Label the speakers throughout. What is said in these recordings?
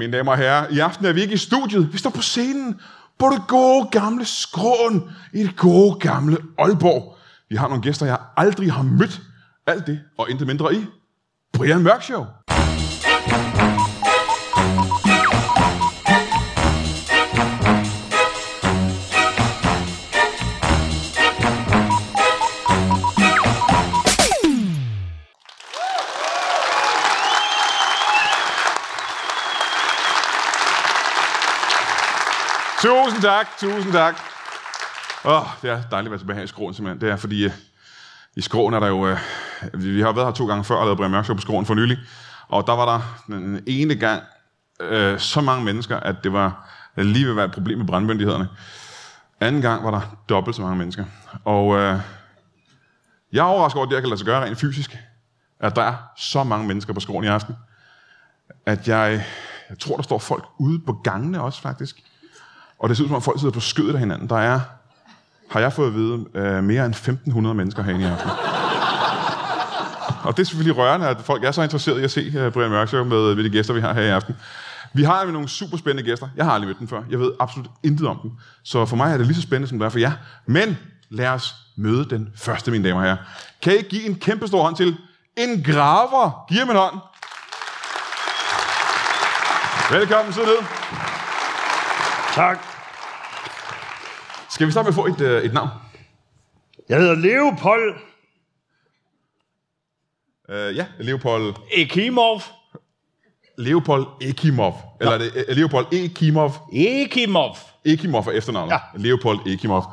Speaker 1: Mine damer og herrer, i aften er vi ikke i studiet, vi står på scenen på det gode gamle skråen i det gode gamle Aalborg. Vi har nogle gæster, jeg aldrig har mødt. Alt det og intet mindre i Brian Mørk Show. Tusind tak, tusind tak. Åh, oh, det er dejligt at være tilbage her i skråen simpelthen. Det er fordi, øh, i skråen er der jo... Øh, vi vi har været her to gange før og lavet Brian Mørk Show på skråen for nylig. Og der var der den ene gang øh, så mange mennesker, at det var lige ved at være et problem med brandmyndighederne. Anden gang var der dobbelt så mange mennesker. Og øh, jeg er overrasket over, at det her kan lade sig gøre rent fysisk. At der er så mange mennesker på skråen i aften. At jeg, jeg tror, der står folk ude på gangene også faktisk. Og det ser ud som om folk sidder på skødet af hinanden. Der er, har jeg fået at vide, øh, mere end 1500 mennesker herinde i aften. Og det er selvfølgelig rørende, at folk er så interesserede i at se øh, Brian Mørk Show med, med de gæster, vi har her i aften. Vi har nemlig nogle super spændende gæster. Jeg har aldrig mødt dem før. Jeg ved absolut intet om dem. Så for mig er det lige så spændende, som det er for jer. Men lad os møde den første, mine damer og herrer. Kan I give en kæmpe stor hånd til en graver? Giv ham en hånd. Velkommen, sid ned.
Speaker 2: Tak.
Speaker 1: Skal vi starte med at få et, øh, et navn?
Speaker 2: Jeg hedder Leopold
Speaker 1: Øh, ja, Leopold,
Speaker 2: Ekimov.
Speaker 1: Leopold Ekimov. Eller er det øh, Leopold Ekimov?
Speaker 2: Ekimov.
Speaker 1: Ekimov er efternavnet. Ja.
Speaker 2: Ja.
Speaker 1: Leopold Ekimov.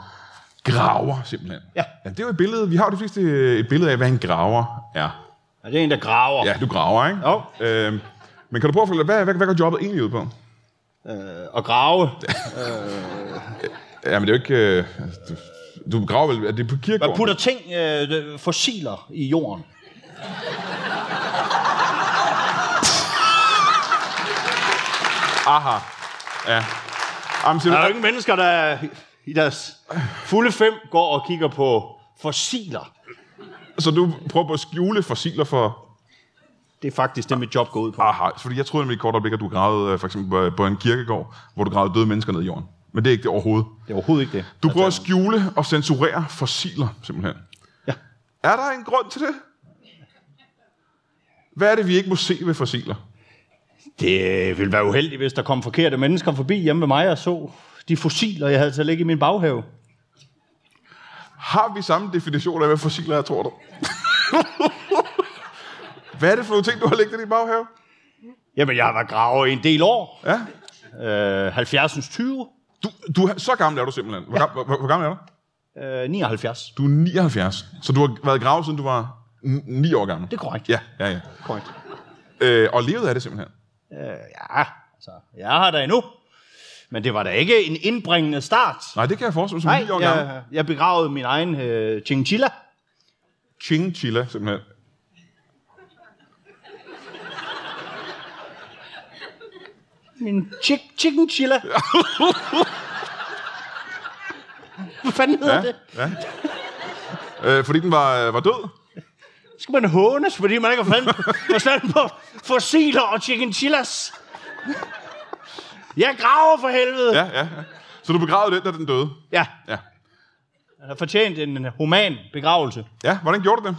Speaker 1: Graver, simpelthen.
Speaker 2: Ja.
Speaker 1: ja. det er jo et billede. Vi har jo de fleste øh, et billede af, hvad en graver er.
Speaker 2: Er det en, der graver?
Speaker 1: Ja, du graver, ikke?
Speaker 2: Jo.
Speaker 1: Øhm, men kan du prøve at forklare, hvad, hvad, hvad går jobbet egentlig ud på?
Speaker 2: Øh, og grave.
Speaker 1: Ja, men det er jo ikke... Øh, altså, du, du graver vel... Er det på kirkegården?
Speaker 2: Man putter ting, øh, fossiler i jorden.
Speaker 1: Aha. Ja. Jamen,
Speaker 2: Der er jo
Speaker 1: simpelthen,
Speaker 2: ingen mennesker, der i deres fulde fem går og kigger på fossiler.
Speaker 1: så du prøver på at skjule fossiler for
Speaker 2: Det er faktisk det, mit job går ud på.
Speaker 1: Aha, fordi jeg troede nemlig i et kort øjeblik, at du gravede øh, for eksempel øh, på en kirkegård, hvor du gravede døde mennesker ned i jorden. Men det er ikke det overhovedet.
Speaker 2: Det er overhovedet ikke det.
Speaker 1: Du prøver at skjule og censurere fossiler, simpelthen.
Speaker 2: Ja.
Speaker 1: Er der en grund til det? Hvad er det, vi ikke må se ved fossiler?
Speaker 2: Det øh, ville være uheldigt, hvis der kom forkerte mennesker forbi hjemme ved mig og så de fossiler, jeg havde til at ligge i min baghave.
Speaker 1: Har vi samme definition af, hvad fossiler er, tror du? hvad er det for nogle ting, du har liggende i din baghave?
Speaker 2: Jamen, jeg har været graver i en del år.
Speaker 1: Ja.
Speaker 2: Øh, 70'ens 20.
Speaker 1: Du, du, er- så gammel er du simpelthen. Hvor, ja. hvor, hvor, hvor gammel er du?
Speaker 2: Øh, 79.
Speaker 1: Du er 79, så du har været gravet, siden du var 9 år gammel.
Speaker 2: Det er korrekt.
Speaker 1: Ja, ja, ja.
Speaker 2: korrekt.
Speaker 1: Øh, og levet af det simpelthen.
Speaker 2: Øh, ja, altså, jeg har der endnu. Men det var da ikke en indbringende start.
Speaker 1: Nej, det kan jeg forestille mig som
Speaker 2: Nej,
Speaker 1: 9 år gammel.
Speaker 2: jeg, jeg begravede min egen øh, chinchilla.
Speaker 1: Chinchilla, simpelthen.
Speaker 2: Min chick, chicken chilla. Hvad fanden hedder
Speaker 1: Ja,
Speaker 2: ja. det?
Speaker 1: ja. Øh, fordi den var, øh, var død?
Speaker 2: Skal man hånes, fordi man ikke har fanden forstand på fossiler og chicken chillas? Jeg graver for helvede.
Speaker 1: Ja, ja. ja. Så du begravede den, da den døde?
Speaker 2: ja.
Speaker 1: Ja.
Speaker 2: Han har fortjent en human begravelse.
Speaker 1: Ja, hvordan gjorde du det?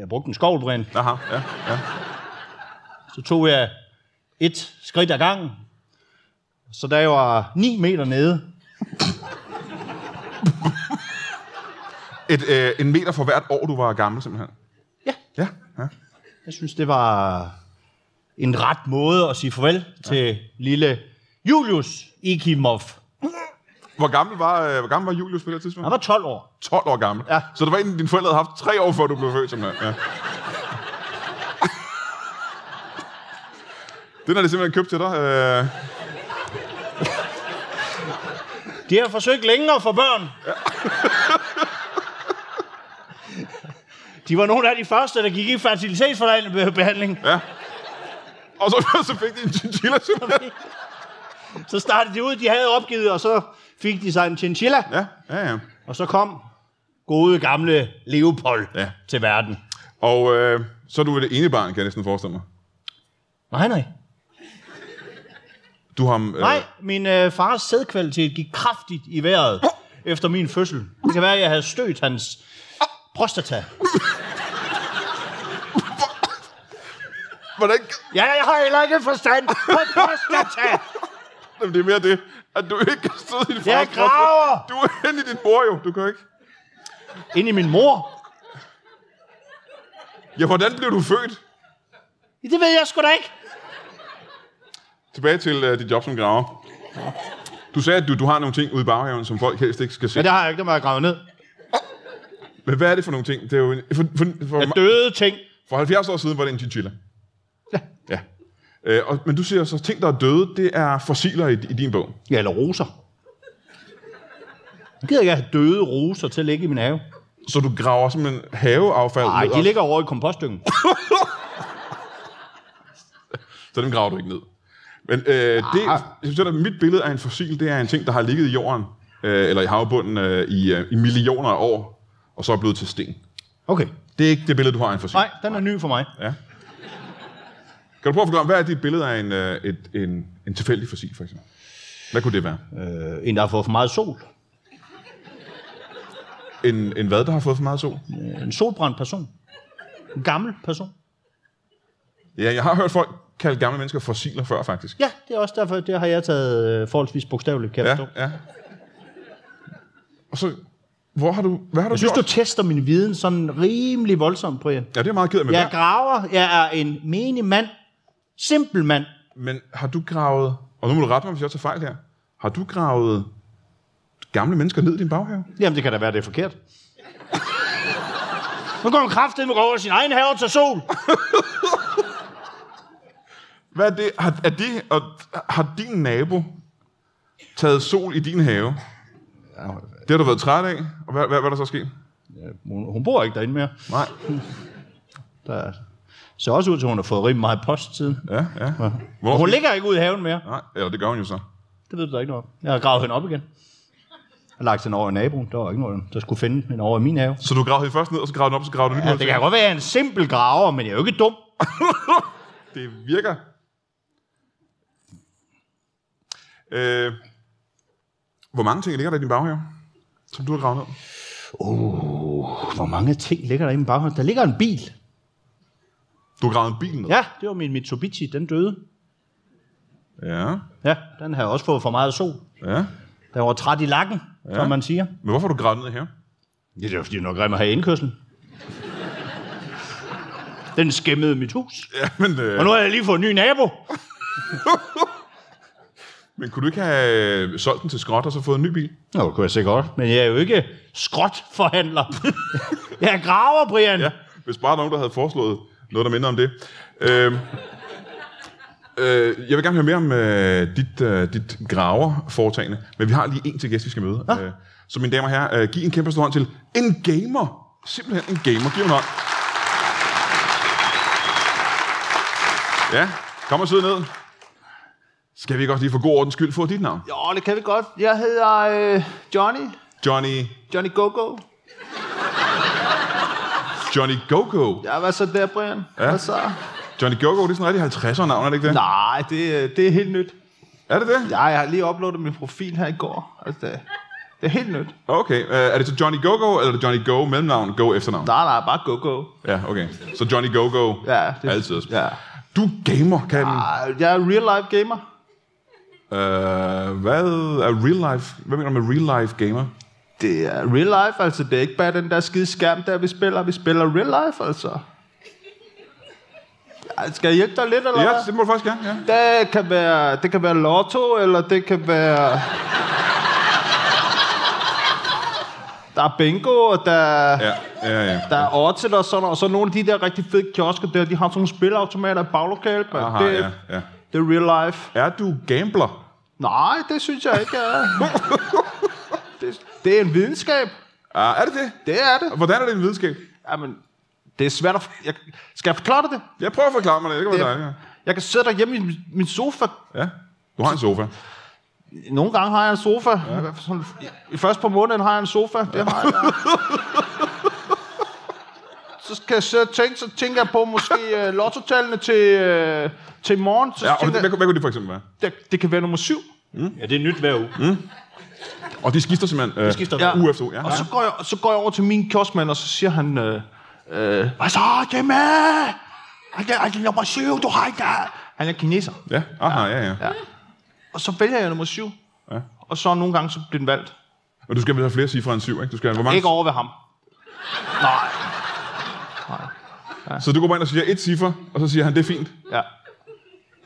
Speaker 2: Jeg brugte en skovlbrænd.
Speaker 1: Aha, ja, ja.
Speaker 2: Så tog jeg et skridt ad gangen. Så da jeg var 9 meter nede,
Speaker 1: Et, øh, en meter for hvert år, du var gammel, simpelthen?
Speaker 2: Ja.
Speaker 1: Ja, ja.
Speaker 2: jeg synes, det var en ret måde at sige farvel til lille Julius Ikimov.
Speaker 1: Hvor gammel var, øh, hvor gammel var Julius på det her tidspunkt?
Speaker 2: Han var 12 år.
Speaker 1: 12 år gammel.
Speaker 2: Ja.
Speaker 1: Så det var en, dine forældre havde haft tre år, før du blev født, simpelthen. Ja. Den har de simpelthen købt til dig. Øh,
Speaker 2: De har forsøgt længe at få børn. De var nogle af de første, der gik i fertilitetsbehandling.
Speaker 1: ja. Og så, så fik de en chinchilla simpelthen.
Speaker 2: Så startede de ud, de havde opgivet, og så fik de sig en chinchilla.
Speaker 1: Ja, ja, ja.
Speaker 2: Og så kom gode gamle Leopold
Speaker 1: Ja.
Speaker 2: ja. til verden.
Speaker 1: Og øh, så er du det ene barn, kan jeg næsten forestille mig.
Speaker 2: Nej, nej.
Speaker 1: Du har... Øh,
Speaker 2: Nej, min øh, fars sædkvalitet gik kraftigt i vejret efter min fødsel. Det kan være, at jeg havde stødt hans prostata.
Speaker 1: Hvordan...
Speaker 2: Ja, jeg har heller ikke forstand på prostata.
Speaker 1: Jamen, det er mere det, at du ikke kan stå i din
Speaker 2: Jeg
Speaker 1: fars krop.
Speaker 2: graver
Speaker 1: Du er inde i din mor jo, du kan ikke.
Speaker 2: ind i min mor.
Speaker 1: Ja, hvordan blev du født?
Speaker 2: Det ved jeg sgu da ikke.
Speaker 1: Tilbage til øh, dit job som graver. Du sagde, at du, du har nogle ting ude i baghaven, som folk helst ikke skal se.
Speaker 2: Ja, det har jeg ikke, der må jeg grave ned.
Speaker 1: Men hvad er det for nogle ting? Det er jo en, for, for, for,
Speaker 2: Af døde ting.
Speaker 1: for 70 år siden var det en chinchilla. Ja. ja. Øh, og, men du siger så, ting, der er døde, det er fossiler i, i din bog.
Speaker 2: Ja, eller roser. Jeg gider ikke at have døde roser til at ligge i min have.
Speaker 1: Så du graver simpelthen haveaffald
Speaker 2: Nej,
Speaker 1: ned,
Speaker 2: de
Speaker 1: og-
Speaker 2: ligger over i kompostdyngen.
Speaker 1: så dem graver du ikke ned. Men øh,
Speaker 2: Ah.
Speaker 1: det, jeg synes, at mit billede af en fossil, det er en ting, der har ligget i jorden, øh, eller i havbunden, øh, i, øh, i millioner af år, og så er blevet til sten.
Speaker 2: Okay.
Speaker 1: Det er ikke det billede, du har af en fossil.
Speaker 2: Nej, den er ny for mig.
Speaker 1: Kan du prøve at forklare, hvad er dit billede af en, øh, et, en, en tilfældig fossil, for eksempel? Hvad kunne det være?
Speaker 2: Øh, en, der har fået for meget sol.
Speaker 1: En, en hvad, der har fået for meget sol?
Speaker 2: Øh, En solbrændt person. En gammel person.
Speaker 1: Ja, jeg har hørt folk kalde gamle mennesker fossiler før, faktisk.
Speaker 2: Ja, det er også derfor, det har jeg taget øh, forholdsvis bogstaveligt, kan jeg forstå.
Speaker 1: ja. Og så, hvor har du, hvad har du
Speaker 2: Jeg synes, du
Speaker 1: gjort?
Speaker 2: tester min viden sådan rimelig voldsomt, Brian.
Speaker 1: Ja, det er jeg meget ked af, men,
Speaker 2: Jeg
Speaker 1: hvad,
Speaker 2: graver, jeg er en menig mand. Simpel mand.
Speaker 1: men har du gravet, og nu må du rette mig, hvis jeg tager fejl her, har du gravet gamle mennesker ned i din baghave?
Speaker 2: Jamen, det kan da være, det er forkert. Nu går hun kraftedeme over sin egen have og tager sol.
Speaker 1: Hvad er det? Har, er det, og, har din nabo taget sol i din have? Det har du været træt af, og hvad, hvad, hvad er der så sket?
Speaker 2: Hun, hun bor ikke derinde mere.
Speaker 1: Nej.
Speaker 2: Der ser også ud til, at hun har fået rimelig meget post siden.
Speaker 1: Ja, ja. Hvor,
Speaker 2: Hun ligger ikke ude i haven mere.
Speaker 1: Nej, eller det gør hun jo så.
Speaker 2: Det ved du da ikke noget om. Jeg har gravet hende op igen. Jeg har lagt hende over i naboen. Der var ikke nogen, der skulle finde hende over i min have.
Speaker 1: Så du gravede hende først ned, og så gravede den op, og så gravede du
Speaker 2: Ja,
Speaker 1: nyt
Speaker 2: Altså, det
Speaker 1: ned.
Speaker 2: kan godt være, at jeg er en simpel graver, men jeg er jo ikke dum.
Speaker 1: Det virker. Øh, hvor mange ting ligger der i din baghave, som du har gravet ned?
Speaker 2: Hvor mange ting ligger der i min baghånd? Der ligger en bil.
Speaker 1: Du har gravet en bil ned?
Speaker 2: Ja, det var min Mitsubishi. Den døde.
Speaker 1: Ja.
Speaker 2: Ja, den har også fået for meget sol.
Speaker 1: ja.
Speaker 2: Den var træt i lakken, ja. som man siger.
Speaker 1: Men hvorfor har du gravet ned her?
Speaker 2: Ja, det var fordi, nok grim at have indkørslen. Den skæmmede mit hus.
Speaker 1: Ja, men, øh,
Speaker 2: Og nu har jeg lige fået en ny nabo.
Speaker 1: men kunne du ikke have øh, solgt den til skrot og så fået en ny bil?
Speaker 2: Nå, det kunne jeg sikkert godt. Men jeg er jo ikke skrotforhandler. jeg er graver, Brian.
Speaker 1: Ja, hvis bare der var nogen, der havde foreslået noget, der minder om det. Øh, øh, jeg vil gerne høre mere om øh, dit, øh, dit graverforetagende, men vi har lige en til gæst, vi skal møde. Ja. Øh, så mine damer og herrer, øh, giv en kæmpe stor hånd til en gamer. Simpelthen en gamer. Giv en hånd. Ja, kom og sidde ned. Skal vi ikke også lige for god ordens skyld få dit navn?
Speaker 3: Jo, det kan vi godt. Jeg hedder øh, Johnny.
Speaker 1: Johnny,
Speaker 3: Johnny Gogo.
Speaker 1: Johnny Gogo.
Speaker 3: Ja, hvad så der, Brian? Ja. Hvad så?
Speaker 1: Johnny Gogo, det er sådan en rigtig 50'er navn, er det ikke det?
Speaker 3: Nej, det, øh, det er helt nyt.
Speaker 1: Er det det?
Speaker 3: Ja, jeg har lige uploadet min profil her i går. Altså, det, det er helt nyt.
Speaker 1: Okay, øh, er det så Johnny Go-Go, eller er det Johnny Go mellemnavn, Go efternavn?
Speaker 3: Nej, nej, bare Gogo.
Speaker 1: Ja, okay. Så Johnny Go-Go,
Speaker 3: Ja, Ah. det-
Speaker 1: altid.
Speaker 3: ja.
Speaker 1: Du er gamer, kan
Speaker 3: Ej, Jeg er real life gamer.
Speaker 1: øh, hvad er real life? Hvad mener du med real life gamer?
Speaker 3: Det er real life, altså. Det er ikke bare den der skide skærm, der vi spiller. Vi spiller real life, altså. Ja, skal jeg hjælpe dig lidt, eller
Speaker 1: Ja,
Speaker 3: hvad?
Speaker 1: det må du faktisk gerne, ja.
Speaker 3: Det kan være, det kan være lotto, eller det kan være... Der er bingo, og der, ja.
Speaker 1: Ja, ja, ja.
Speaker 3: der er oddset og sådan noget. Og så nogle af de der rigtig fede kiosker der, de har sådan nogle spilleautomater i baglokalet. mand.
Speaker 1: Aha,
Speaker 3: det,
Speaker 1: ja, ja.
Speaker 3: Det er real life.
Speaker 1: Er du gambler?
Speaker 3: Nej, det synes jeg ikke, jeg er. det, det er en videnskab.
Speaker 1: Ah, er det det?
Speaker 3: Det er det.
Speaker 1: Hvordan er det en videnskab?
Speaker 3: Jamen, det er svært at... Jeg, skal jeg forklare dig det?
Speaker 1: Jeg prøver at forklare mig det. Det kan være
Speaker 3: Det-
Speaker 1: dejligt. ja.
Speaker 3: Jeg kan sidde derhjemme i min- min sofa.
Speaker 1: Ja. Du har en sofa.
Speaker 3: Nogle gange har jeg en sofa. Ja. Sådan, i, I første par måneder har jeg en sofa. Det har jeg. så skal jeg sidde og tænke, så tænker jeg på måske uh, lottotallene til, uh, til i morgen. Så
Speaker 1: Ja,
Speaker 3: ja,
Speaker 1: og
Speaker 3: tænker
Speaker 1: hvad,
Speaker 3: jeg,
Speaker 1: hvad kunne det for eksempel være?
Speaker 3: det, det kan være nummer syv.
Speaker 2: Ja, det er nyt hver uge. Mm.
Speaker 1: Og de skifter simpelthen øh,
Speaker 2: Skifter
Speaker 3: Ja.
Speaker 2: ja.
Speaker 1: uge efter uge. Ja.
Speaker 3: Og så går jeg, så går jeg over til min kioskmand, og så siger han, øh, øh, hvad så, Jemme? Ej, det er- ej, det er nummer syv, du har ikke der. Han er kineser.
Speaker 1: ja. Aha, ja, ja.
Speaker 3: Og så vælger jeg nummer syv.
Speaker 1: Ja.
Speaker 3: Og så nogle gange, så bliver den valgt.
Speaker 1: Og du skal vel have flere cifre end syv, ikke? Du skal, hvor mange,
Speaker 3: Ikke over ved ham. Nej.
Speaker 1: Så du går bare ind og siger et cifre, og så siger han, det er fint.
Speaker 3: Ja.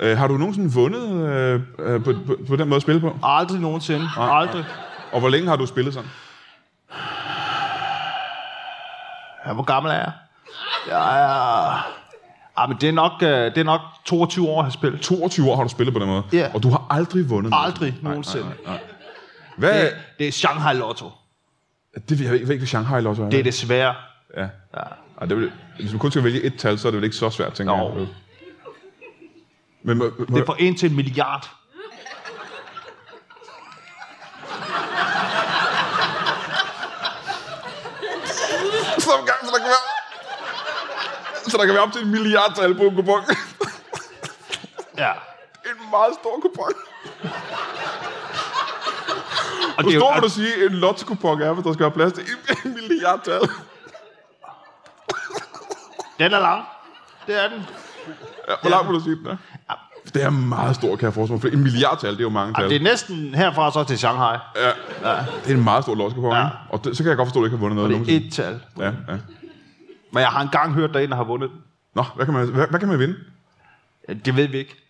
Speaker 1: Øh, har du nogensinde vundet øh, øh, på, på, på den måde at spille på?
Speaker 3: Aldrig nogensinde. Aldrig.
Speaker 1: Og hvor længe har du spillet sådan?
Speaker 3: Ja, hvor gammel er jeg? Jeg er... Ah, men det er nok, øh, det er nok 22 år, jeg har spillet.
Speaker 1: 22 år har du spillet på den måde,
Speaker 3: Ja.
Speaker 1: og du har aldrig vundet noget.
Speaker 3: Aldrig nogensinde.
Speaker 1: Nej, nej, nej. Hvad?
Speaker 3: Det, det er Shanghai Lotto.
Speaker 1: Det, det jeg ved ikke, hvad Shanghai Lotto er.
Speaker 3: Det er det svære.
Speaker 1: Ja. ja. Ej, det vil, hvis man kun skal vælge et tal, så er det vel ikke så svært, tænker
Speaker 3: Jo.
Speaker 1: jeg. Men må, må,
Speaker 3: Det er for en til en milliard.
Speaker 1: så, gang, så der kan være... Så der kan være op til en milliard tal på en kupon.
Speaker 3: Ja.
Speaker 1: en meget stor kupon.
Speaker 3: Og
Speaker 1: Hvor
Speaker 3: det er
Speaker 1: stor vil
Speaker 3: jo,
Speaker 1: du sige, en lotto-kupon er, hvis der skal være plads til en, en milliard tal?
Speaker 3: den er lang. Det er den.
Speaker 1: Ja, hvor langt vil du sige den er? Det er meget stor, kan jeg forestille mig. For en milliard tal, det er jo mange tal.
Speaker 3: Det er næsten herfra så til Shanghai.
Speaker 1: Ja. Det er en meget stor lotto-kupon,
Speaker 3: Ja.
Speaker 1: ja. Og det, så kan jeg godt forstå, at du ikke har vundet noget
Speaker 3: Det er
Speaker 1: nogensinde.
Speaker 3: et
Speaker 1: Ja,
Speaker 3: tal.
Speaker 1: ja.
Speaker 3: Men jeg har engang hørt, der er en, der har vundet den.
Speaker 1: Nå, hvad kan man, hvad, hvad kan man vinde?
Speaker 3: Ja, Det ved vi ikke.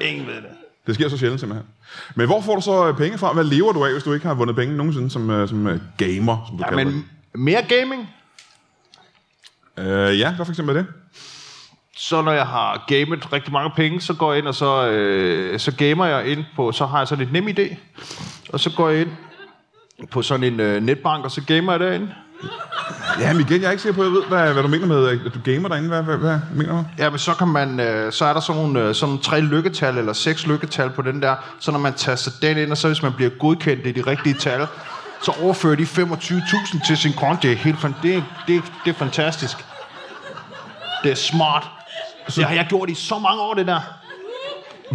Speaker 3: Ingen ved det.
Speaker 1: Det sker så sjældent simpelthen. Men hvor får du så øh, penge fra? Hvad lever du af, hvis du ikke har vundet penge nogensinde som, øh, som øh, gamer, som du ja, kalder
Speaker 3: Men
Speaker 1: men...
Speaker 3: mere gaming.
Speaker 1: det? Øh, ja, hvad for eksempel er det?
Speaker 3: så når jeg har gamet rigtig mange penge, så går jeg ind, og så, øh, så gamer jeg ind på, så har jeg sådan et nem idé, og så går jeg ind på sådan en øh, netbank, og så gamer jeg derinde.
Speaker 1: Ja, men igen, jeg er ikke sikker på, at jeg ved, hvad, hvad du mener med, øh, at du gamer derinde. Hvad, hvad, hvad mener du?
Speaker 3: Ja, men så kan man, øh, så er der sådan nogle, øh, sådan nogle tre lykketal, eller seks lykketal på den der, så når man taster den ind, og så hvis man bliver godkendt i de rigtige tal, så overfører de 25.000 til sin konto. Det er helt fan- det, er- det, er- det er fantastisk. Det er smart. Det har jeg gjort i så mange år, det der.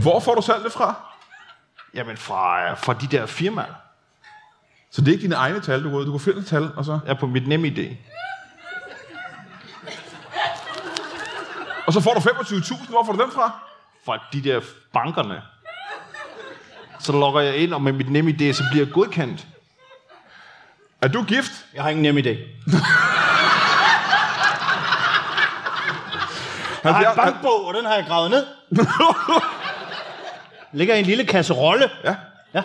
Speaker 1: Hvor får du salg det fra?
Speaker 3: Jamen fra, øh, fra de der firmaer.
Speaker 1: Så det er ikke dine egne tal, du går ud. Du kan finde et tal, og så,
Speaker 3: er på mit nem idé.
Speaker 1: og så får du 25.000. Hvor får du dem fra?
Speaker 3: Fra de der bankerne. Så logger jeg ind, og med mit nem idé, så bliver jeg godkendt.
Speaker 1: Er du gift?
Speaker 2: Jeg har ingen nem idé. Jeg har en bankbog, og den har jeg gravet ned. Ligger i en lille kasserolle.
Speaker 1: Ja.
Speaker 2: Ja.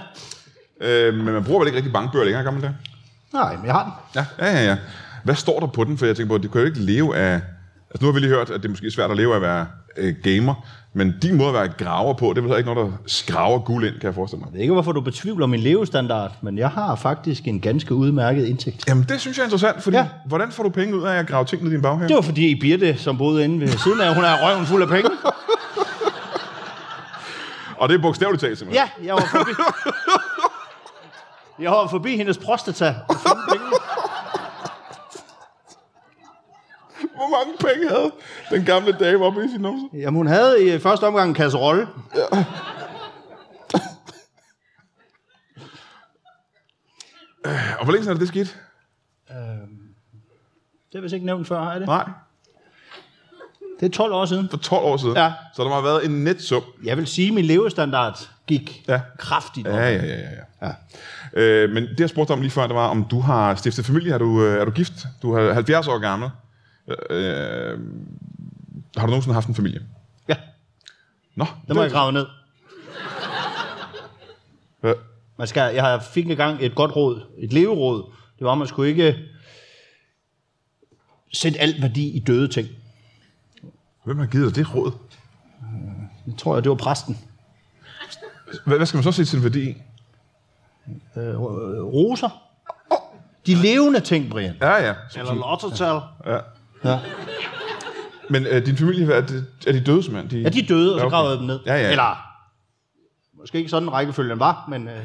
Speaker 1: Øh, men man bruger vel ikke rigtig bankbøger længere, gammel der?
Speaker 2: Nej, men jeg har den.
Speaker 1: Ja, ja, ja, ja. Hvad står der på den? For jeg tænker på, at det kan jo ikke leve af... Altså, nu har vi lige hørt, at det er måske svært at leve af at være øh, gamer, men din måde at være graver på, det er vel heller ikke noget, der skraver guld ind, kan jeg forestille mig.
Speaker 2: Jeg ved ikke, hvorfor du betvivler min levestandard, men jeg har faktisk en ganske udmærket indtægt.
Speaker 1: Jamen, det synes jeg er interessant, fordi ja.
Speaker 2: Ja.
Speaker 1: hvordan får du penge ud af at grave ting ned i din baghave?
Speaker 2: Det var fordi Birte, som boede inde ved siden af, hun har røven fuld af penge.
Speaker 1: Og det er bogstaveligt talt, simpelthen.
Speaker 2: Ja, jeg var forbi. Jeg var forbi hendes prostata. og fandt pengene.
Speaker 1: Hvor mange penge havde den gamle dame oppe i sin numse?
Speaker 2: Jamen, hun havde i øh, første omgang en kasserolle.
Speaker 1: Og hvor længe siden er det skidt?
Speaker 2: Det er vist ikke nævnt før, har jeg det?
Speaker 1: Nej,
Speaker 2: Det er 12 år siden.
Speaker 1: for 12 år siden.
Speaker 2: Ja.
Speaker 1: Så der må have været en netsum.
Speaker 2: Jeg vil sige, at min levestandard gik
Speaker 1: Ja.
Speaker 2: ja. kraftigt op.
Speaker 1: Ja, ja, ja. ja, ja. Øh, men det, jeg spurgte dig om lige før, det var, om du har stiftet familie. Er du, øh, er du gift? Du er 70 år gammel. Øh, har du nogensinde haft en familie?
Speaker 2: Ja,
Speaker 1: Nå.
Speaker 2: det må jeg grave ned.
Speaker 1: Øh,
Speaker 2: Man skal, jeg har- fik engang et godt råd, et leveråd. Det var, at man skulle ikke sætte alt værdi i døde ting.
Speaker 1: Hvem har givet dig det råd?
Speaker 2: Det tror jeg, det var præsten.
Speaker 1: Hvad, hvad skal man så sige til en værdi?
Speaker 2: Øh, roser. De levende ting, Brian.
Speaker 1: Ja, ja.
Speaker 2: Eller lottertal.
Speaker 1: ja.
Speaker 2: Ja.
Speaker 1: Men øh, din familie, hvad er, det, er de døde simpelthen? De...
Speaker 2: ja, de døde, og så
Speaker 1: okay.
Speaker 2: gravede jeg dem ned.
Speaker 1: Ja, ja.
Speaker 2: Eller, måske ikke sådan rækkefølgen var, men... Øh,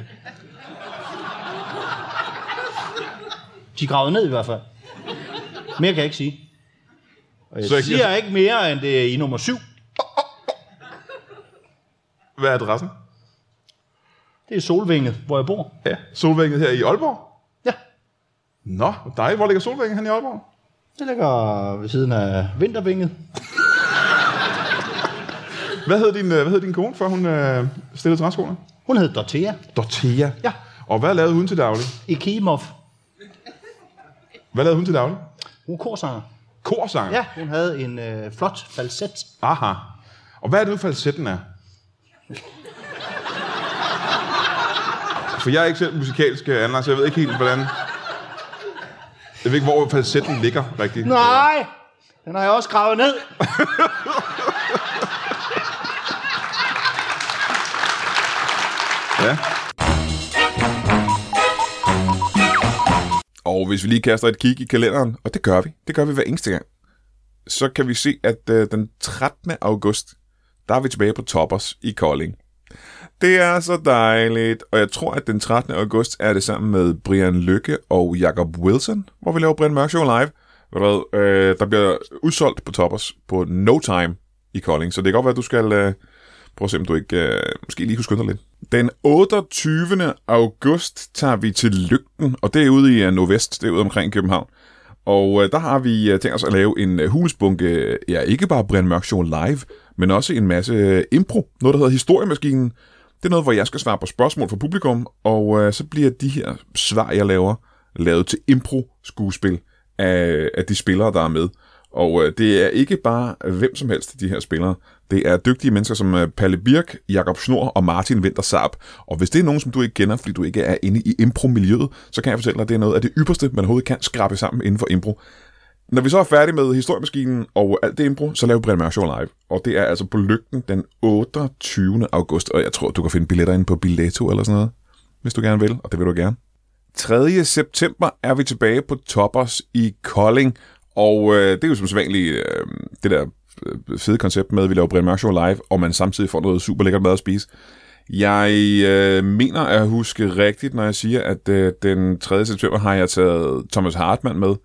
Speaker 2: de gravede ned i hvert fald. Mere kan jeg ikke sige. Og jeg
Speaker 1: Så
Speaker 2: så
Speaker 1: jeg-
Speaker 2: jeg siger jeg... ikke mere, end det er i nummer syv.
Speaker 1: Hvad er adressen?
Speaker 2: Det er Solvinget, hvor jeg bor.
Speaker 1: Ja, Solvænget her i Aalborg.
Speaker 2: Ja,
Speaker 1: Nå, dejligt. Hvor ligger Solvænget hen i Aalborg?
Speaker 2: det ligger ved siden af Vintervinget.
Speaker 1: Hvad hed din, øh, hvad hed din kone, før hun øh, stillede træskoene?
Speaker 2: Hun hed Dorthea.
Speaker 1: Dorthea.
Speaker 2: Ja,
Speaker 1: Og hvad lavede hun til daglig?
Speaker 2: Ikimov.
Speaker 1: Hvad lavede hun til daglig?
Speaker 2: Hun er korsanger.
Speaker 1: Korsanger.
Speaker 2: Ja, hun havde en øh, flot falset.
Speaker 1: Aha. Og hvad er det nu, falsetten er? For jeg er ikke selv musikalsk øh, anlagt, så jeg ved ikke helt, hvordan... Jeg ved ikke, hvor falsetten ligger rigtigt.
Speaker 2: Nej, den har jeg også gravet ned.
Speaker 1: Ja.
Speaker 4: Og hvis vi lige kaster et kig i kalenderen, og det gør vi, det gør vi hver eneste gang, så kan vi se, at øh, den 13. august, der er vi tilbage på Toppers i Kolding. Det er så dejligt, og jeg tror, at den 13. august er det sammen med Brian Lykke og Jacob Wilson, hvor vi laver Brian Mørk Show live. Ved du hvad, øh, der bliver udsolgt på Toppers på no time i Kolding, så det kan godt være, at du skal øh, prøve at se, om du ikke øh, måske lige kunne skynde dig lidt. Den 28. august tager vi til Lygten, og det er ude i øh, Nordvest, det er ude omkring København. Og øh, der har vi øh, tænkt os at lave en øh, hulsbunke, øh, ja, ikke bare Brian Mørk Show live, men også en masse øh, impro, noget der hedder Historiemaskinen. Det er noget, hvor jeg skal svare på spørgsmål fra publikum, og øh, så bliver de her svar, jeg laver, lavet til impro-skuespil af, af de spillere, der er med. Og øh, det er ikke bare hvem som helst, de her spillere. Det er dygtige mennesker som øh, Palle Birk, Jakob Snor og Martin Winter Saab. Og hvis det er nogen, som du ikke kender, fordi du ikke er inde i impro-miljøet, så kan jeg fortælle dig, at det er noget af det ypperste, man overhovedet kan skrabe sammen inden for impro. Når vi så er færdige med historiemaskinen og alt det impro, så laver vi Brian Mørk Show live. Og det er altså på lygten den 28. august, og jeg tror, du kan finde billetter inde på Billetto eller sådan noget, hvis du gerne vil, og det vil du gerne. 3. september er vi tilbage på Toppers i Kolding, og øh, det er jo som sædvanligt øh, det der øh, fede koncept med, at vi laver Brian Mørk Show live, og man samtidig får noget super lækkert mad at spise. Jeg øh, mener at huske rigtigt, når jeg siger, at øh, den 3. september har jeg taget Thomas Hartmann med,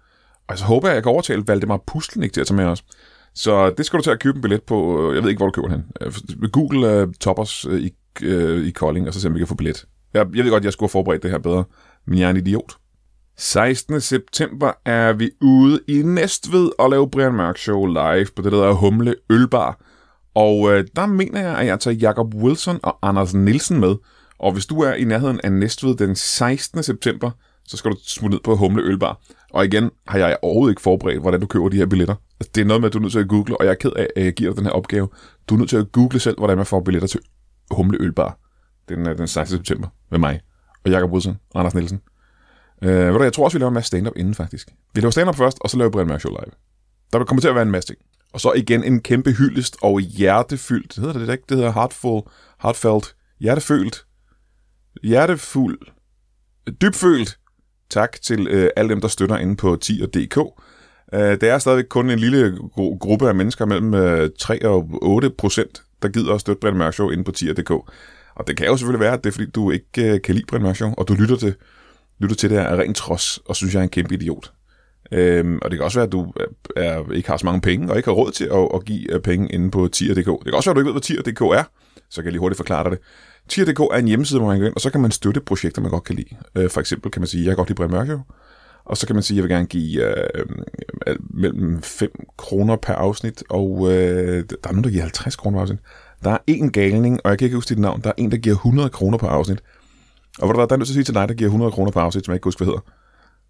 Speaker 4: og så håber jeg, at jeg kan overtale Valdemar Puslenik til at tage med os. Så det skal du til at købe en billet på, øh, jeg ved ikke, hvor du køber den. Øh, Google øh, Toppers øh, i, øh, i Kolding, og så se, om vi kan få billet. Jeg, jeg ved godt, jeg skulle have forberedt det her bedre, men jeg er en idiot. 16. september er vi ude i Næstved og lave Brian Mørk Show live på det, der hedder Humle Ølbar. Og øh, der mener jeg, at jeg tager Jakob Wilson og Anders Nielsen med. Og hvis du er i nærheden af Næstved den 16. september, så skal du smutte ned på Humle Ølbar. Og igen har jeg overhovedet ikke forberedt, hvordan du køber de her billetter. Altså, Det er noget med, at du er nødt til at google, og jeg er ked af, at jeg giver dig den her opgave. Du er nødt til at google selv, hvordan man får billetter til Humle Ølbar. Den, øh, den 16. september med mig og Jakob Wilson og Anders Nielsen. Øh, ved du, hvad, jeg tror også, vi laver en masse stand-up inden, faktisk. Vi laver stand-up først, og så laver vi Brian Mørk Show live. Der kommer til at være en masse ting. Og så igen en kæmpe hyldest og hjertefyldt. Hedder det det ikke? Det hedder heartful, heartfelt, hjertefølt, hjertefuld, dybfølt. Tak til øh, alle dem, der støtter inde på 10.dk. Øh, det er stadigvæk kun en lille gru- gruppe af mennesker mellem øh, 3 og 8 procent, der gider at støtte Brian Mørk Show inde på 10.dk. Og det kan jo selvfølgelig være, at det er, fordi du ikke øh, kan lide Brian Mørk Show, og du lytter til, lytter til det her af ren trods, og synes, jeg er en kæmpe idiot. Øhm, og det kan også være, at du er, er, ikke har så mange penge, og ikke har råd til at, at give øh, penge inde på tier.dk. Det kan også være, at du ikke ved, hvad tier.dk er. Så kan jeg lige hurtigt forklare dig det. Tier.dk er en hjemmeside, hvor man kan gå ind, og så kan man støtte projekter, man godt kan lide. Øh, for eksempel kan man sige, jeg kan godt lide Brian Mørk Show. Og så kan man sige, at jeg vil gerne give øh, øh, mellem 5 kroner per afsnit, og øh, der er nogen, der giver 50 kroner per afsnit. Der er en galning, og jeg kan ikke huske dit navn, der er en, der giver 100 kroner per afsnit. Og hvad der, er, der er nødt til at sige til dig, der giver 100 kroner per afsnit, som jeg ikke kan huske, hvad hedder.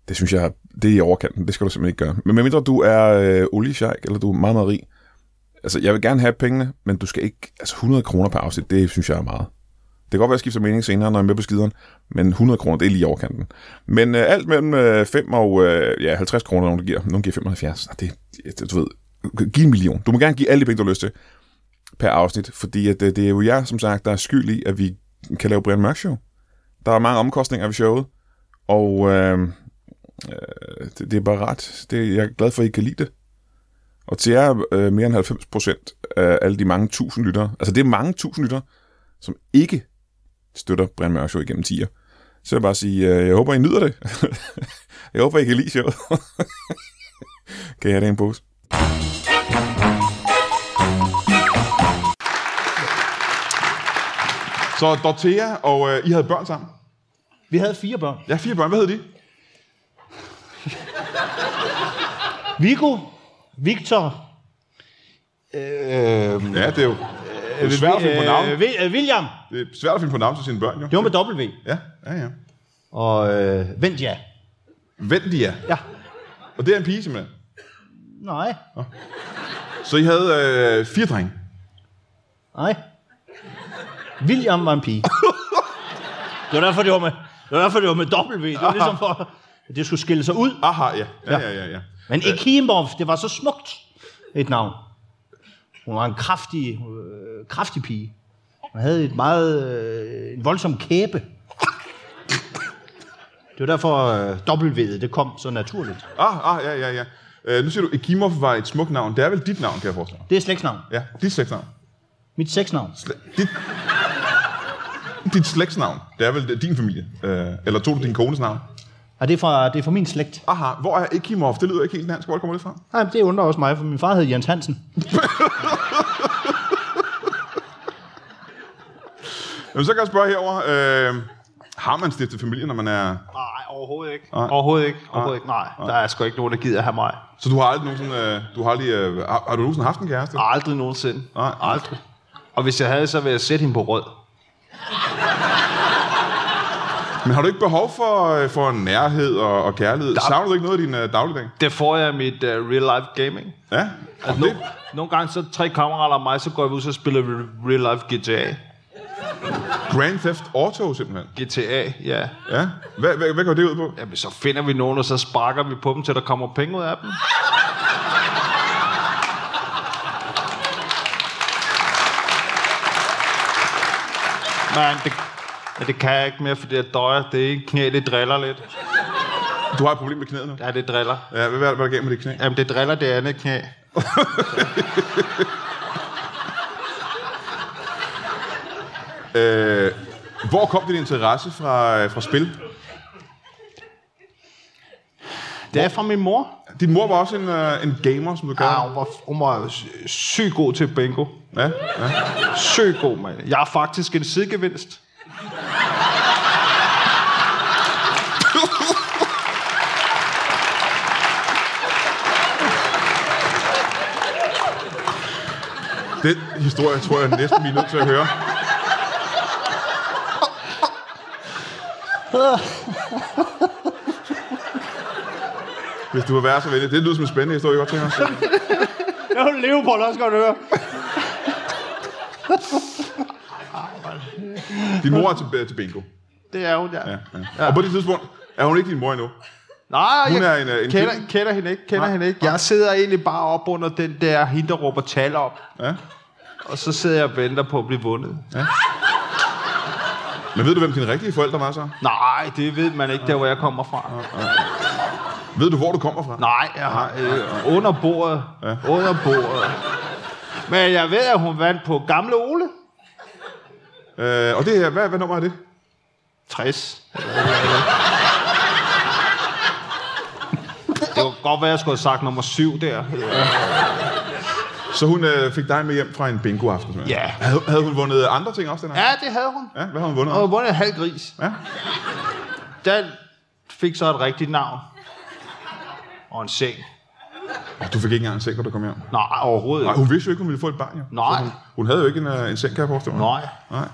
Speaker 4: Det synes jeg, det er i overkanten. Det skal du simpelthen ikke gøre. Men medmindre du er øh, oliesjejk, eller du er meget, meget rig. Altså, jeg vil gerne have pengene, men du skal ikke... Altså, 100 kroner per afsnit, det synes jeg er meget. Det kan godt være, at jeg skifter mening senere, når jeg er med på skideren, men 100 kroner, det er lige i overkanten. Men øh, alt mellem øh, 5 og øh, ja, 50 kroner, nogen der giver. Nogen giver 75. Nå, det, det, du ved, giv en million. Du må gerne give alle de penge, du har lyst til. per afsnit, fordi at øh, det, det er jo jer, som sagt, der er skyld i, at vi kan lave Brian Mørk Show. Der er mange omkostninger ved showet, og øh, øh, det, det er bare ret. Det, jeg er glad for, at I kan lide det. Og til jer, øh, mere end 90 procent af alle de mange tusind lyttere, altså det er mange tusind lyttere, som ikke støtter Brian Mørk Show igennem 10'er, så vil jeg bare sige, øh, jeg håber, I nyder det. jeg håber, I kan lide showet. kan I have det i en pose?
Speaker 1: Så Dorthea og øh, I havde børn sammen.
Speaker 2: Vi havde fire børn.
Speaker 1: Ja, fire børn. Hvad hed de?
Speaker 2: Viggo, Victor,
Speaker 1: Ja, det er jo det er svært at finde på navn.
Speaker 2: øh, Vi- øh, William.
Speaker 1: Det er svært at finde på navn til sine børn, jo.
Speaker 2: Det var med W.
Speaker 1: Ja, ja, ja.
Speaker 2: Og øh, vent ja.
Speaker 1: Vent de er.
Speaker 2: Ja.
Speaker 1: Og det er en pige, simpelthen.
Speaker 2: Nej.
Speaker 1: Så I havde øh, fire drenge.
Speaker 2: Nej. William var en pige. det var derfor, det var med, det var derfor, det var med W. Det var ligesom for, at det skulle skille sig ud.
Speaker 1: Aha, ja. Ja, ja, ja, ja.
Speaker 2: Men Ekimov, det var så smukt et navn. Hun var en kraftig, øh, kraftig pige. Hun havde et meget, øh, en voldsom kæbe. Det var derfor øh, W'et, det kom så naturligt.
Speaker 1: Ah, ah, ja, ja, ja. Øh, nu siger du, Ekimov var et smukt navn. Det er vel dit navn, kan jeg forestille mig.
Speaker 2: Det er slægtsnavn.
Speaker 1: Ja, dit slægtsnavn.
Speaker 2: Mit slægtsnavn.
Speaker 1: Slæ- dit, dit slægtsnavn. Det er vel det- din familie. Øh, eller tog du din kones navn?
Speaker 2: Og Ah, det er fra, det er fra min slægt.
Speaker 1: Aha, hvor er Ekimov? Det lyder ikke helt dansk. Hvor kommer det fra?
Speaker 2: Nej, men det undrer også mig, for min far hed Jens Hansen.
Speaker 1: Jamen, så kan jeg spørge herover. Øh, har man stiftet familie, når man er...
Speaker 3: Nej, overhovedet ikke.
Speaker 1: Nej.
Speaker 3: Overhovedet ikke. Overhovevedet ikke. Nej, der er sgu ikke nogen, der gider have mig.
Speaker 1: Så du har aldrig nogensinde... Øh, du har, aldrig, øh, har, har du nogensinde haft en kæreste?
Speaker 3: Aldrig nogensinde.
Speaker 1: Nej.
Speaker 3: Aldrig. Og hvis jeg havde, så ville jeg sætte hende på rød.
Speaker 1: Men har du ikke behov for, øh, for nærhed og, og kærlighed? Der... Savner du ikke noget i din øh, dagligdag?
Speaker 3: Det får jeg i mit uh, real-life gaming.
Speaker 1: Ja.
Speaker 3: Altså,
Speaker 1: Nå,
Speaker 3: nogle, nogle gange så tre kammerater og mig, så går vi ud og spiller re- real-life GTA.
Speaker 1: Grand Theft Auto, simpelthen.
Speaker 3: GTA, ja.
Speaker 1: Ja. Hvad, hvad, hvad går det ud på?
Speaker 3: Jamen, så finder vi nogen, og så sparker vi på dem, til der kommer penge ud af dem. Men det, men det kan jeg ikke mere, fordi jeg døjer. Det er ikke knæ, det driller lidt.
Speaker 1: Du har et problem med knæet nu.
Speaker 3: Ja, det driller.
Speaker 1: Ja, hvad, hvad er der galt med dit knæ?
Speaker 3: Jamen, det driller det andet knæ.
Speaker 1: Øh, hvor kom din interesse fra, fra spil?
Speaker 3: Det er fra min mor.
Speaker 1: Din mor var også en, øh, en gamer, som du gør.
Speaker 3: Ja, hun var, hun var sy- sygt god til bingo.
Speaker 1: Ja, ja.
Speaker 3: Sygt god, mand. Jeg er faktisk en sidegevinst.
Speaker 1: Den historie tror jeg næsten, vi er nødt til at høre. Hvis du vil være så venlig. Det lyder som en spændende historie, jeg godt tænker mig.
Speaker 2: Jeg er jo Leopold, også godt høre.
Speaker 1: Din mor er til, til bingo.
Speaker 3: Det er hun,
Speaker 1: Ja,
Speaker 3: ja. ja.
Speaker 1: ja. Og på det tidspunkt er hun ikke din mor endnu.
Speaker 3: Nej,
Speaker 1: Hun
Speaker 3: jeg
Speaker 1: er en, øh, en
Speaker 3: kender,
Speaker 1: kvinde.
Speaker 3: kender hende ikke, kender hende ikke. Jeg sidder egentlig bare op under den der hende, der råber tal op.
Speaker 1: Ja.
Speaker 3: Og så sidder jeg og venter på at blive vundet.
Speaker 1: Men ved du, hvem dine rigtige forældre var så?
Speaker 3: Nej, det ved man ikke, der hvor jeg kommer fra.
Speaker 1: Ved du, hvor du kommer fra?
Speaker 3: Nej, jeg har øh, under bordet. Under bordet. Men jeg ved, at hun vandt på Gamle Ole.
Speaker 1: Øh, og det her, hvad, hvad nummer er det?
Speaker 3: 60. Eller hvad det er. Det kunne godt være, jeg skulle have sagt nummer 7 der.
Speaker 1: Så hun øh, fik dig med hjem fra en bingo-aften. simpelthen?
Speaker 3: Ja.
Speaker 1: Havde, havde hun vundet andre ting også den her?
Speaker 3: Ja, det havde hun.
Speaker 1: ja. Hvad har hun vundet?
Speaker 3: Og hun vundet en halv gris.
Speaker 1: Ja.
Speaker 3: Den fik så et rigtigt navn. Og en seng.
Speaker 1: Oh, du fik ikke engang en seng, da du kom hjem.
Speaker 3: Nej, overhovedet
Speaker 1: Nej,
Speaker 3: ikke.
Speaker 1: hun vidste jo ikke, hun ville få et barn, jo.
Speaker 3: Nej.
Speaker 1: Så Hun, hun havde jo ikke en, øh, en seng, kan jeg forestille mig.
Speaker 3: Nej.
Speaker 1: Nej.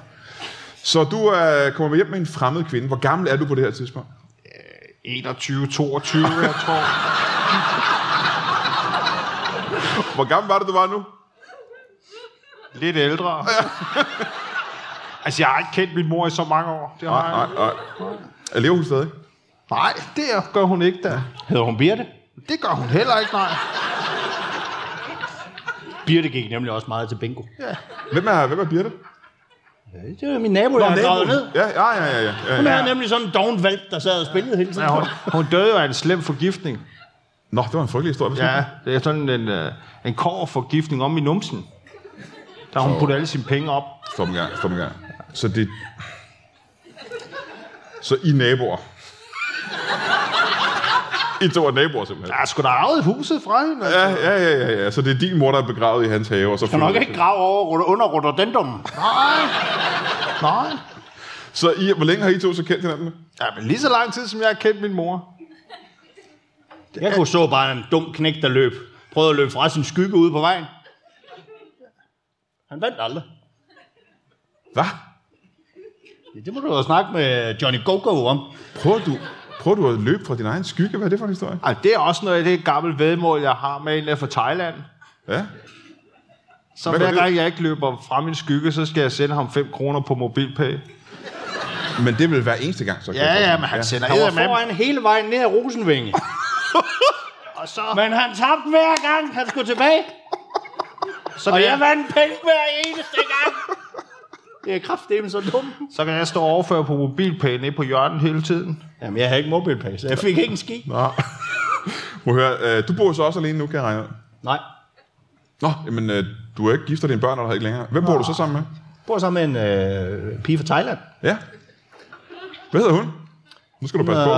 Speaker 1: Så du øh, kommer hjem med en fremmed kvinde. Hvor gammel er du på det her tidspunkt?
Speaker 3: 21, 22, jeg tror.
Speaker 1: Hvor gammel var det, du var nu?
Speaker 3: Lidt ældre. altså, jeg har ikke kendt min mor i så mange år. Det har
Speaker 1: Nej,
Speaker 3: jeg.
Speaker 1: nej, nej. Øh, Lever hun stadig?
Speaker 3: Nej, det gør hun ikke da.
Speaker 2: Hedder hun Birte?
Speaker 3: Det gør hun heller ikke, nej.
Speaker 2: Birte gik nemlig også meget til bingo.
Speaker 1: Hvem er, hvem er Birte?
Speaker 2: Det var min nabo, jeg havde gravet ned.
Speaker 1: Ja, ja, ja, ja. ja, ja,
Speaker 2: Hun
Speaker 1: ja.
Speaker 2: havde nemlig sådan en doven valg, der sad og spillede hele tiden.
Speaker 3: Ja, hun, hun døde jo af en slem forgiftning.
Speaker 1: Nå, det var en frygtelig historie. Ja.
Speaker 3: Ja, det er sådan en, øh, en kårforgiftning om i numsen. Der har hun puttet alle sine penge op.
Speaker 1: Stop en gang, stop en gang. Så det... Så I er naboer. I to er naboer simpelthen.
Speaker 3: Jeg skulle da arvet huset fra hende.
Speaker 1: Ja, ja, ja, ja, ja. Så det er din mor, der er begravet i hans have. Og så
Speaker 2: Kan nok ikke grave over rutter, under rotodendum.
Speaker 3: Nej, nej.
Speaker 1: Så I, hvor længe har I to så kendt hinanden?
Speaker 3: Ja, men lige så lang tid, som jeg har kendt min mor.
Speaker 2: Jeg kunne så bare en dum knæk, der løb. Prøvede at løbe fra sin skygge ude på vejen. Han vandt aldrig.
Speaker 1: Hvad?
Speaker 2: Ja, det må du jo snakke med Johnny Gogo om.
Speaker 1: Prøver du, prøver du at løbe fra din egen skygge? Hvad er det for en historie?
Speaker 3: Ej, det er også noget af det gammelt vedmål, jeg har med en der fra Thailand.
Speaker 1: Ja.
Speaker 3: Så
Speaker 1: Hvad
Speaker 3: hver
Speaker 1: går det-
Speaker 3: gang jeg ikke løber fra min skygge, så skal jeg sende ham 5 kroner på MobilPay.
Speaker 1: Men det vil være eneste gang, så kan
Speaker 3: Ja,
Speaker 1: jeg
Speaker 3: ja,
Speaker 1: forestille
Speaker 3: men
Speaker 1: mig.
Speaker 3: han sender
Speaker 2: Han var
Speaker 3: eddermame-
Speaker 2: foran hele vejen ned ad Rosenvinge.
Speaker 3: Og så,
Speaker 2: Men han tabte hver gang, han skulle tilbage.
Speaker 3: så,
Speaker 2: Og
Speaker 3: kan
Speaker 2: jeg
Speaker 3: jeg,
Speaker 2: vandt penge hver eneste gang. Det er kraftedeme så dumt.
Speaker 3: så kan jeg stå og overføre på MobilPay nede på hjørnet hele tiden.
Speaker 2: Jamen, jeg havde ikke mobilpay, så jeg fik ikke en ski.
Speaker 1: Nå. Må høre, øh, du bor jo så også alene nu, kan jeg regne ud.
Speaker 2: Nej.
Speaker 1: Nå, jamen, øh, du er ikke gift, og dine børn er der ikke længere. Hvem bor du så sammen med?
Speaker 2: Jeg bor sammen med en øh, pige fra Thailand.
Speaker 1: Ja. Hvad hedder hun? Nu skal du passe på.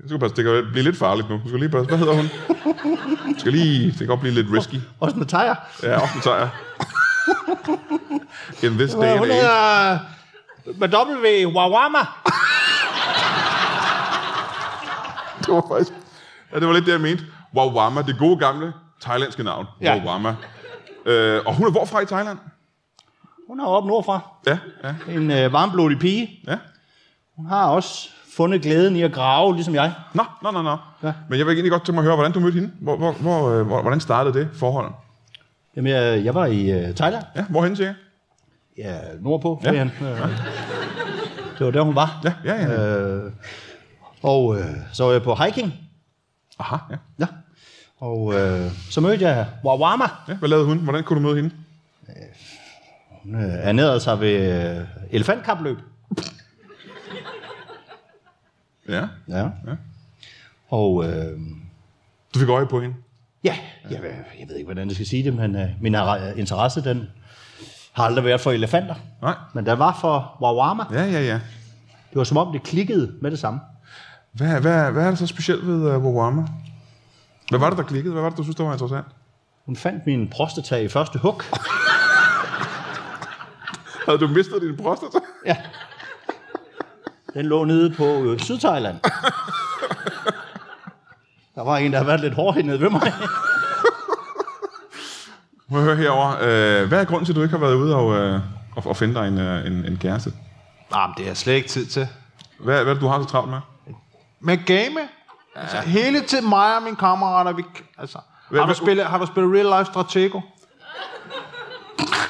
Speaker 1: Nu skal du passe. Det kan blive lidt farligt nu. Du skal lige passe. Hvad hedder hun? Du skal lige... Det kan godt blive lidt risky.
Speaker 2: også med Thaier.
Speaker 1: Ja, ofte tager jeg. In this day and
Speaker 2: Hun
Speaker 1: age.
Speaker 2: hedder øh, med W. Wawama.
Speaker 1: Det var faktisk... Ja, det var lidt det, jeg mente. Wawama, det gode gamle thailandske navn.
Speaker 2: Ja.
Speaker 1: Wawama. Øh, og hun er hvorfra i Thailand?
Speaker 2: Hun er op nordfra.
Speaker 1: Ja, ja,
Speaker 2: En øh, varmblodig pige.
Speaker 1: ja.
Speaker 2: Hun har også fundet glæden i at grave, ligesom jeg.
Speaker 1: Nå, nå, nå, nå. Ja. Men jeg vil egentlig godt tænke mig at høre, hvordan du mødte hende. Hvor, hvor, hvor, øh, hvor, hvordan startede det forhold?
Speaker 2: Jamen, jeg, jeg var i øh, Thailand.
Speaker 1: Ja, hvorhen siger jeg?
Speaker 2: Ja, nordpå. Ja. Han. Øh, det var der, hun var.
Speaker 1: Ja, ja, ja.
Speaker 2: Øh, og øh, så var jeg på hiking.
Speaker 1: Aha, ja.
Speaker 2: Ja. Og øh, så mødte jeg Wawama.
Speaker 1: ja. Hvad lavede hun? Hvordan kunne du møde hende?
Speaker 2: Hun øh, ernærede sig ved øh, elefantkapløb.
Speaker 1: Ja.
Speaker 2: Ja.
Speaker 1: Ja.
Speaker 2: Og øh,
Speaker 1: Du fik øje på hende.
Speaker 2: ja, jeg, ved- jeg ved ikke, hvordan jeg skal sige det, men øh, min ar- interesse, den har aldrig været for elefanter.
Speaker 1: Nej.
Speaker 2: Men der var for Wawama.
Speaker 1: Ja, ja, ja.
Speaker 2: Det var som om, det klikkede med det samme.
Speaker 1: Hvad, hvad, hvad er der så specielt ved uh, Wawama? Hvad var det, der klikkede? Hvad var det, du synes, der var interessant?
Speaker 2: Hun fandt min prostata i første hug.
Speaker 1: Havde du mistet din prostata?
Speaker 2: Ja. Den lå nede på øh, Sydthailand. Der var en, der havde været lidt hårdhændet ved mig.
Speaker 1: Må jeg høre herover. Øh, hvad er grunden til, at du ikke har været ude og, øh, og, og finde dig en, øh, en, en kæreste?
Speaker 3: Nej, men det har jeg slet ikke tid til.
Speaker 1: Hvad, hvad er det, du har så travlt med?
Speaker 3: Med game? Ja. Altså, hele tiden mig og mine kammerater, vi... Altså, har, du
Speaker 1: hvad-
Speaker 3: spillet, har du spillet Real Life Stratego?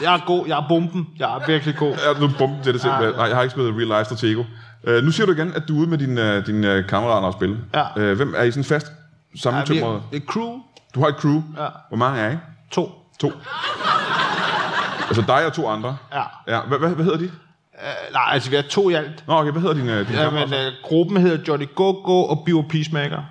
Speaker 3: Jeg er god, jeg er bomben. Jeg er virkelig god.
Speaker 1: Ja, nu bum, det er det
Speaker 3: Ah.
Speaker 1: simpelthen. Nej, jeg har ikke spillet Real Life Stratego. Øh, nu siger du igen, at du er ude med dine øh, din, øh, kammerater og spille.
Speaker 3: Ja.
Speaker 1: Øh, hvem er I sådan fast
Speaker 3: Ja, vi,
Speaker 1: sammentømret?
Speaker 3: det er crew.
Speaker 1: Du har et crew.
Speaker 3: Ja.
Speaker 1: Hvor mange er I?
Speaker 3: To.
Speaker 1: To. altså dig og to andre?
Speaker 3: Ja.
Speaker 1: ja. Hvad, hvad, hvad hedder de?
Speaker 3: Øh, nej, altså vi er to i alt.
Speaker 1: Nå, okay, hvad hedder dine, øh, dine
Speaker 3: Ja,
Speaker 1: kammerater?
Speaker 3: men, øh, gruppen hedder Johnny Go-Go og Bio Peacemaker.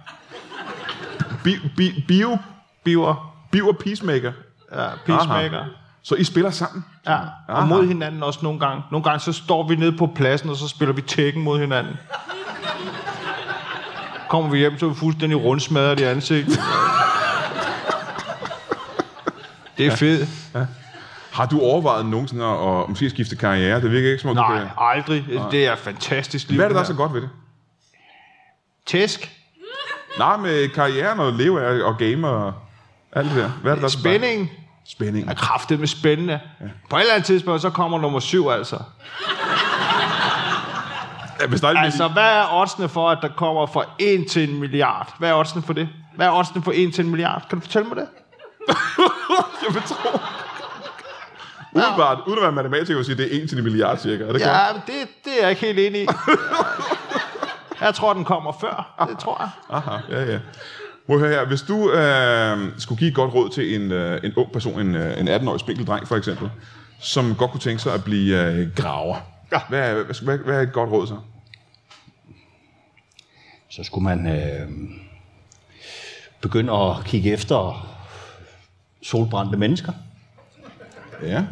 Speaker 1: Bi, bi, bio,
Speaker 3: Biver.
Speaker 1: bio og Peacemaker.
Speaker 3: Ja, Peacemaker.
Speaker 1: Aha. Så I spiller sammen?
Speaker 3: Ja,
Speaker 1: Aha.
Speaker 3: og mod hinanden også nogle gange. Nogle gange så står vi nede på pladsen, og så spiller vi tækken mod hinanden. Kommer vi hjem, så er vi fuldstændig rundsmadret i ansigtet. Det er fedt.
Speaker 1: Har du overvejet nogensinde at, at måske skifte karriere? Det virker ikke som om, du
Speaker 3: Nej,
Speaker 1: kan...
Speaker 3: aldrig. Det er fantastisk liv.
Speaker 1: Hvad er det, der er
Speaker 3: her.
Speaker 1: så godt ved det?
Speaker 3: Tæsk.
Speaker 1: Nej, med karrieren og leve af og game og alt det der. Hvad er det, der er så godt?
Speaker 3: Spænding.
Speaker 1: Spænding. Altså,
Speaker 3: Er kraftet med spændende. På et eller andet tidspunkt, så kommer nummer syv altså.
Speaker 1: Ja, hvis der er
Speaker 3: Altså,
Speaker 1: altså,
Speaker 3: hvad er oddsene for, at der kommer fra 1 til en milliard? Hvad er oddsene for det? Hvad er oddsene for 1 til en milliard? Kan du fortælle mig det?
Speaker 1: jeg vil tro. Udenbart, uden at være matematiker, vil sige, at det er 1 til en milliard cirka. Er det ja.
Speaker 3: Ja, men det, det er jeg ikke helt enig i. Jeg tror, den kommer før. Det tror jeg.
Speaker 1: Aha, ja, ja. Prøv at høre her. Hvis du øh, skulle give et godt råd til en, øh, en ung person, en, øh, en 18-årig spinkel dreng for eksempel, som godt kunne tænke sig at blive øh, graver. Hvad, er- hvad, hvad, hvad er et godt råd så?
Speaker 2: så skulle man øh, begynde at kigge efter solbrændte mennesker,
Speaker 1: Ja.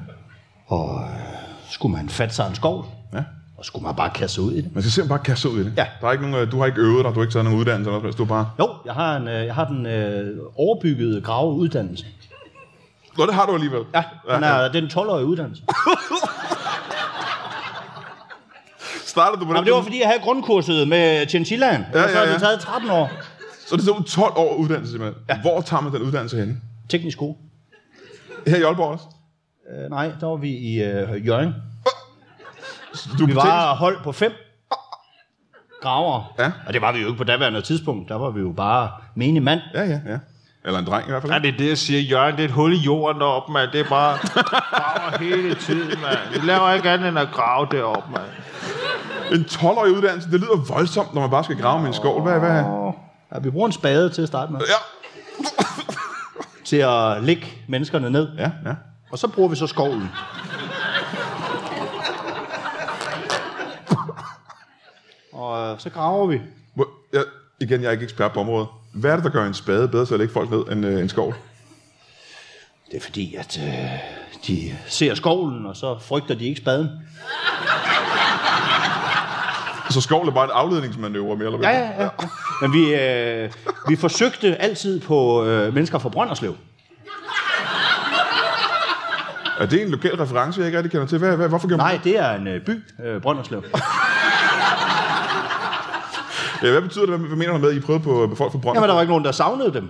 Speaker 2: og øh, skulle man fatte sig en skov,
Speaker 1: ja.
Speaker 2: og skulle man bare kaste sig ud i det.
Speaker 1: Man skal simpelthen bare kaste sig ud i det.
Speaker 2: Ja.
Speaker 1: Der er ikke nogen, øh, du har ikke øvet dig, du har ikke taget nogen uddannelse, eller noget, som helst, du er bare...
Speaker 2: Jo, jeg har, en, øh, jeg har den øh, overbyggede grave uddannelse.
Speaker 1: Nå, det har du alligevel. øh,
Speaker 2: Ja, den er, det er den 12-årige uddannelse.
Speaker 1: Startede du på
Speaker 2: Jamen,
Speaker 1: den?
Speaker 2: det var fordi, jeg havde grundkurset med Chinchillaen. Ja,
Speaker 1: Ja,
Speaker 2: ja, ja. Så
Speaker 1: ja,
Speaker 2: havde
Speaker 1: ja.
Speaker 2: det taget 13 år.
Speaker 1: Så det er sådan 12 år uddannelse simpelthen. Ja. Hvor tager man den uddannelse henne?
Speaker 2: Teknisk skole.
Speaker 1: Her i Aalborg også?
Speaker 2: Øh, nej, der var vi i øh, Jørgen.
Speaker 1: Du
Speaker 2: Vi var hold på fem graver.
Speaker 1: Ja.
Speaker 2: Og det var vi jo ikke på daværende tidspunkt. Der var vi jo bare menig mand.
Speaker 1: Ja, ja, ja. Eller en dreng i hvert fald.
Speaker 3: Ja, det er det, jeg siger. Jørgen, det er et hul i jorden deroppe, mand. Det er bare graver hele tiden, mand. Vi laver ikke andet end at grave deroppe, mand.
Speaker 1: En 12-årig uddannelse, det lyder voldsomt, når man bare skal grave med en skål. Hvad, hvad?
Speaker 2: Ja, vi bruger en spade til at starte med.
Speaker 1: Ja.
Speaker 2: Til at lægge menneskerne ned.
Speaker 1: Ja, ja.
Speaker 2: Og så bruger vi så skovlen. Og øh, så graver vi.
Speaker 1: Må- Jeg, igen, jeg er ikke ekspert på området. Hvad er det, der gør en spade bedre til at lægge folk ned end øh, en skål?
Speaker 2: Det er fordi, at øh, de ser skovlen, og så frygter de ikke spaden.
Speaker 1: Så Altså, skål er bare en afledningsmanøvre, mere eller
Speaker 2: Ja,
Speaker 1: mindre.
Speaker 2: ja, ja. Men vi, øh, vi forsøgte altid på øh, mennesker fra Brønderslev.
Speaker 1: Er det en lokal reference, jeg ikke rigtig kender til? Hvad, hvad, hvorfor gør man
Speaker 2: Nej, det er en øh, by, øh, Brønderslev.
Speaker 1: det? Ja, hvad betyder det? Hvad, hvad mener du med, at I prøvede på på folk fra Brøndby?
Speaker 2: Jamen, der var ikke nogen, der savnede dem.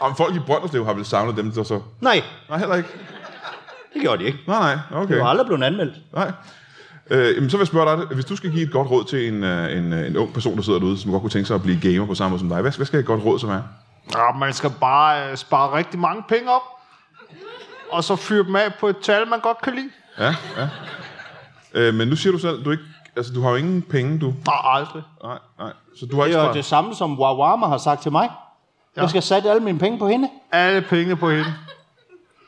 Speaker 1: Om folk i Brønderslev har vel savnet dem, der så...
Speaker 2: Nej,
Speaker 1: Nej, heller ikke.
Speaker 2: det gjorde de ikke.
Speaker 1: Nej, nej, okay.
Speaker 2: Det var aldrig blevet anmeldt.
Speaker 1: Nej. Øh, jamen, så vil jeg spørge dig, hvis du skal give et godt råd til en, øh, en, øh, en ung person, der sidder derude, som godt kunne tænke sig at blive gamer på samme måde som dig, hvad, hvad skal et godt råd så være?
Speaker 3: Ja, man skal bare øh, spare rigtig mange penge op. Og så fyre dem af på et tal, man godt kan lide.
Speaker 1: Ja, ja. Øh, men nu siger du selv, du ikke, altså, du har jo ingen penge, du.
Speaker 3: Nej, aldrig.
Speaker 1: Nej, nej. Så du har
Speaker 2: Det
Speaker 1: ikke
Speaker 2: er jo
Speaker 1: sparet.
Speaker 2: det samme, som Wawama har sagt til mig. Jeg skal sætte alle mine penge på hende.
Speaker 3: Alle penge på hende.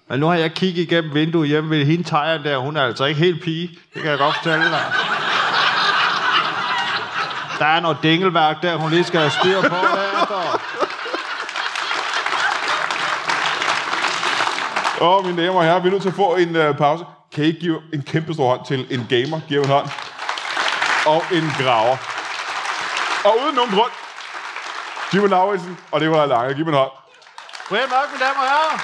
Speaker 3: Men nu har jeg kigget igennem vinduet hjemme ved hende tegeren der. Hun er altså ikke helt pige. Det kan jeg godt fortælle dig. Der er noget dingelværk der, hun lige skal have styr på. Der.
Speaker 1: Åh, mine damer og herrer, vi er nødt til at få en øh, pause. Kan I ikke give en kæmpe stor hånd til en gamer? Giv en hånd. Og en graver. Og uden nogen grund, Jimmy Lauritsen og det var Lange. Giv mig en hånd.
Speaker 3: Brian Mørk, mine damer og herrer.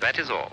Speaker 5: That is all.